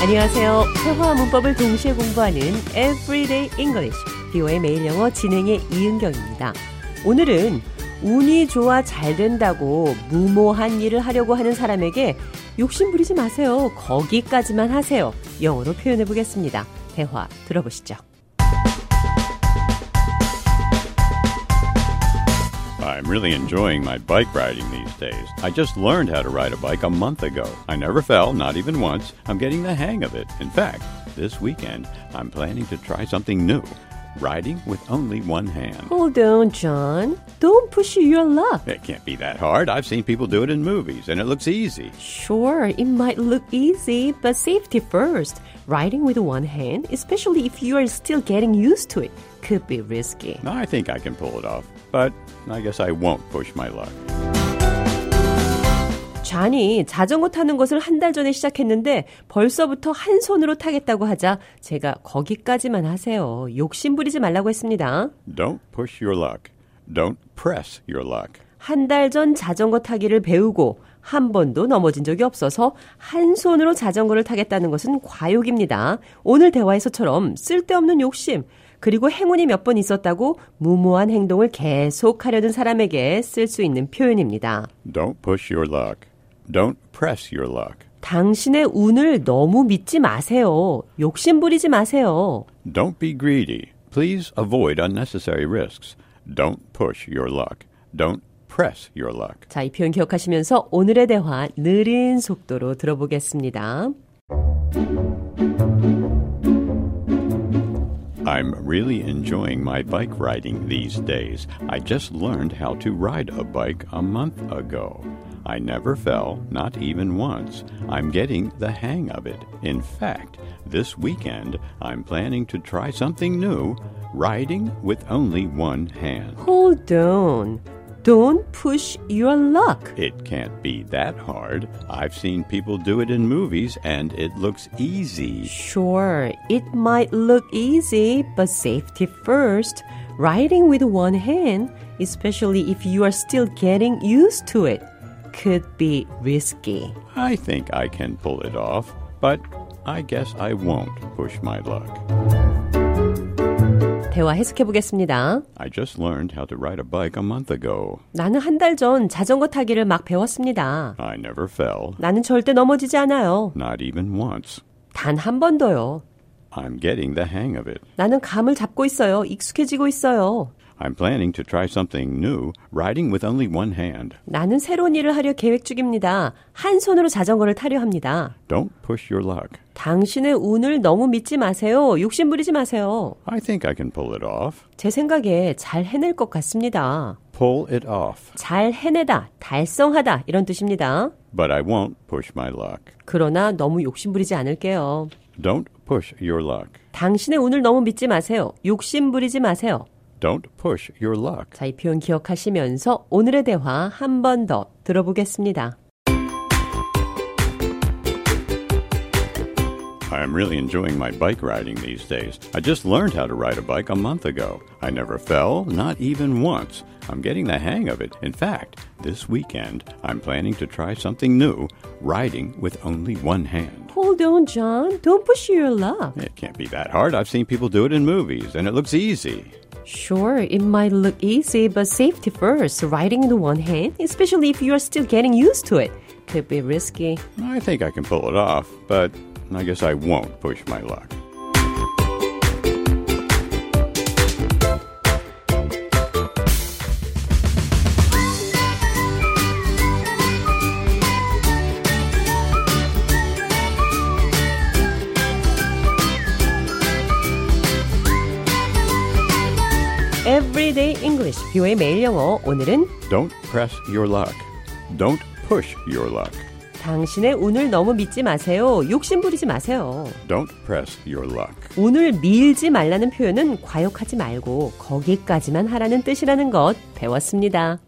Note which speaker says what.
Speaker 1: 안녕하세요. 회화와 문법을 동시에 공부하는 Everyday English, 비오의 매일 영어 진행의 이은경입니다. 오늘은 운이 좋아 잘 된다고 무모한 일을 하려고 하는 사람에게 욕심 부리지 마세요. 거기까지만 하세요. 영어로 표현해 보겠습니다. 대화 들어보시죠.
Speaker 2: I'm really enjoying my bike riding these days. I just learned how to ride a bike a month ago. I never fell, not even once. I'm getting the hang of it. In fact, this weekend, I'm planning to try something new riding with only one hand.
Speaker 1: Hold on, John. Don't push your luck.
Speaker 2: It can't be that hard. I've seen people do it in movies, and it looks easy.
Speaker 1: Sure, it might look easy, but safety first. Riding with one hand, especially if you are still getting used to it, could be risky.
Speaker 2: I think I can pull it off, but I guess I won't push my luck.
Speaker 1: 잔이 자전거 타는 것을 한 달 전에 시작했는데 벌써부터 한 손으로 타겠다고 하자 제가 거기까지만 하세요. 욕심 부리지 말라고 했습니다.
Speaker 2: Don't push your luck. Don't press your luck.
Speaker 1: 한 달 전 자전거 타기를 배우고 한 번도 넘어진 적이 없어서 한 손으로 자전거를 타겠다는 것은 과욕입니다. 오늘 대화에서처럼 쓸데없는 욕심, 그리고 행운이 몇 번 있었다고 무모한 행동을 계속하려는 사람에게 쓸 수 있는 표현입니다.
Speaker 2: Don't push your luck. Don't press your luck.
Speaker 1: 당신의 운을 너무 믿지 마세요. 욕심 부리지 마세요.
Speaker 2: Don't be greedy. Please avoid unnecessary risks. Don't push your luck. Don't press your luck.
Speaker 1: 자, 이 표현 기억하시면서 오늘의 대화 느린 속도로 들어보겠습니다.
Speaker 2: I'm really enjoying my bike riding these days. I just learned how to ride a bike a month ago. I never fell, not even once. I'm getting the hang of it. In fact, this weekend I'm planning to try something new riding with only one hand.
Speaker 1: Hold on. Don't push your luck.
Speaker 2: It can't be that hard. I've seen people do it in movies and it looks easy.
Speaker 1: Sure, it might look easy, but safety first. Riding with one hand, especially if you are still getting used to it, could be risky.
Speaker 2: I think I can pull it off, but I guess I won't push my luck.
Speaker 1: 대화 해석해 보겠습니다.
Speaker 2: I just learned how to ride a bike a month ago.
Speaker 1: 나는 한 달 전 자전거 타기를 막 배웠습니다.
Speaker 2: I never fell,
Speaker 1: 나는 절대 넘어지지 않아요.
Speaker 2: not even once.
Speaker 1: 단 한 번도요.
Speaker 2: I'm getting the hang of it.
Speaker 1: 나는 감을 잡고 있어요. 익숙해지고 있어요.
Speaker 2: I'm planning to try something new, riding with only one hand.
Speaker 1: 나는 새로운 일을 하려 계획 중입니다. 한 손으로 자전거를 타려 합니다.
Speaker 2: Don't push your luck.
Speaker 1: 당신의 운을 너무 믿지 마세요. 욕심부리지 마세요.
Speaker 2: I think I can pull it off.
Speaker 1: 제 생각에 잘 해낼 것 같습니다.
Speaker 2: Pull it off.
Speaker 1: 잘 해내다, 달성하다 이런 뜻입니다.
Speaker 2: But I won't push my luck.
Speaker 1: 그러나 너무 욕심부리지 않을게요.
Speaker 2: Don't push your luck.
Speaker 1: 당신의 운을 너무 믿지 마세요. 욕심부리지 마세요.
Speaker 2: Don't push your luck.
Speaker 1: 자, 이 표현 기억하시면서 오늘의 대화 한 번 더 들어보겠습니다.
Speaker 2: I'm really enjoying my bike riding these days. I just learned how to ride a bike a month ago. I never fell, not even once. I'm getting the hang of it. In fact, this weekend, I'm planning to try something new riding with only one hand.
Speaker 1: Hold on, John. Don't push your luck.
Speaker 2: It can't be that hard. I've seen people do it in movies, and it looks easy.
Speaker 1: Sure, it might look easy, but safety first. Riding in the one hand, especially if you are still getting used to it, could be risky.
Speaker 2: I think I can pull it off, but I guess I won't push my luck.
Speaker 1: Everyday English, 뷰의 매일 영어. 오늘은
Speaker 2: Don't press your luck. Don't push your luck.
Speaker 1: 당신의 운을 너무 믿지 마세요. 욕심부리지 마세요.
Speaker 2: Don't press your luck.
Speaker 1: 운을 밀지 말라는 표현은 과욕하지 말고 거기까지만 하라는 뜻이라는 것 배웠습니다.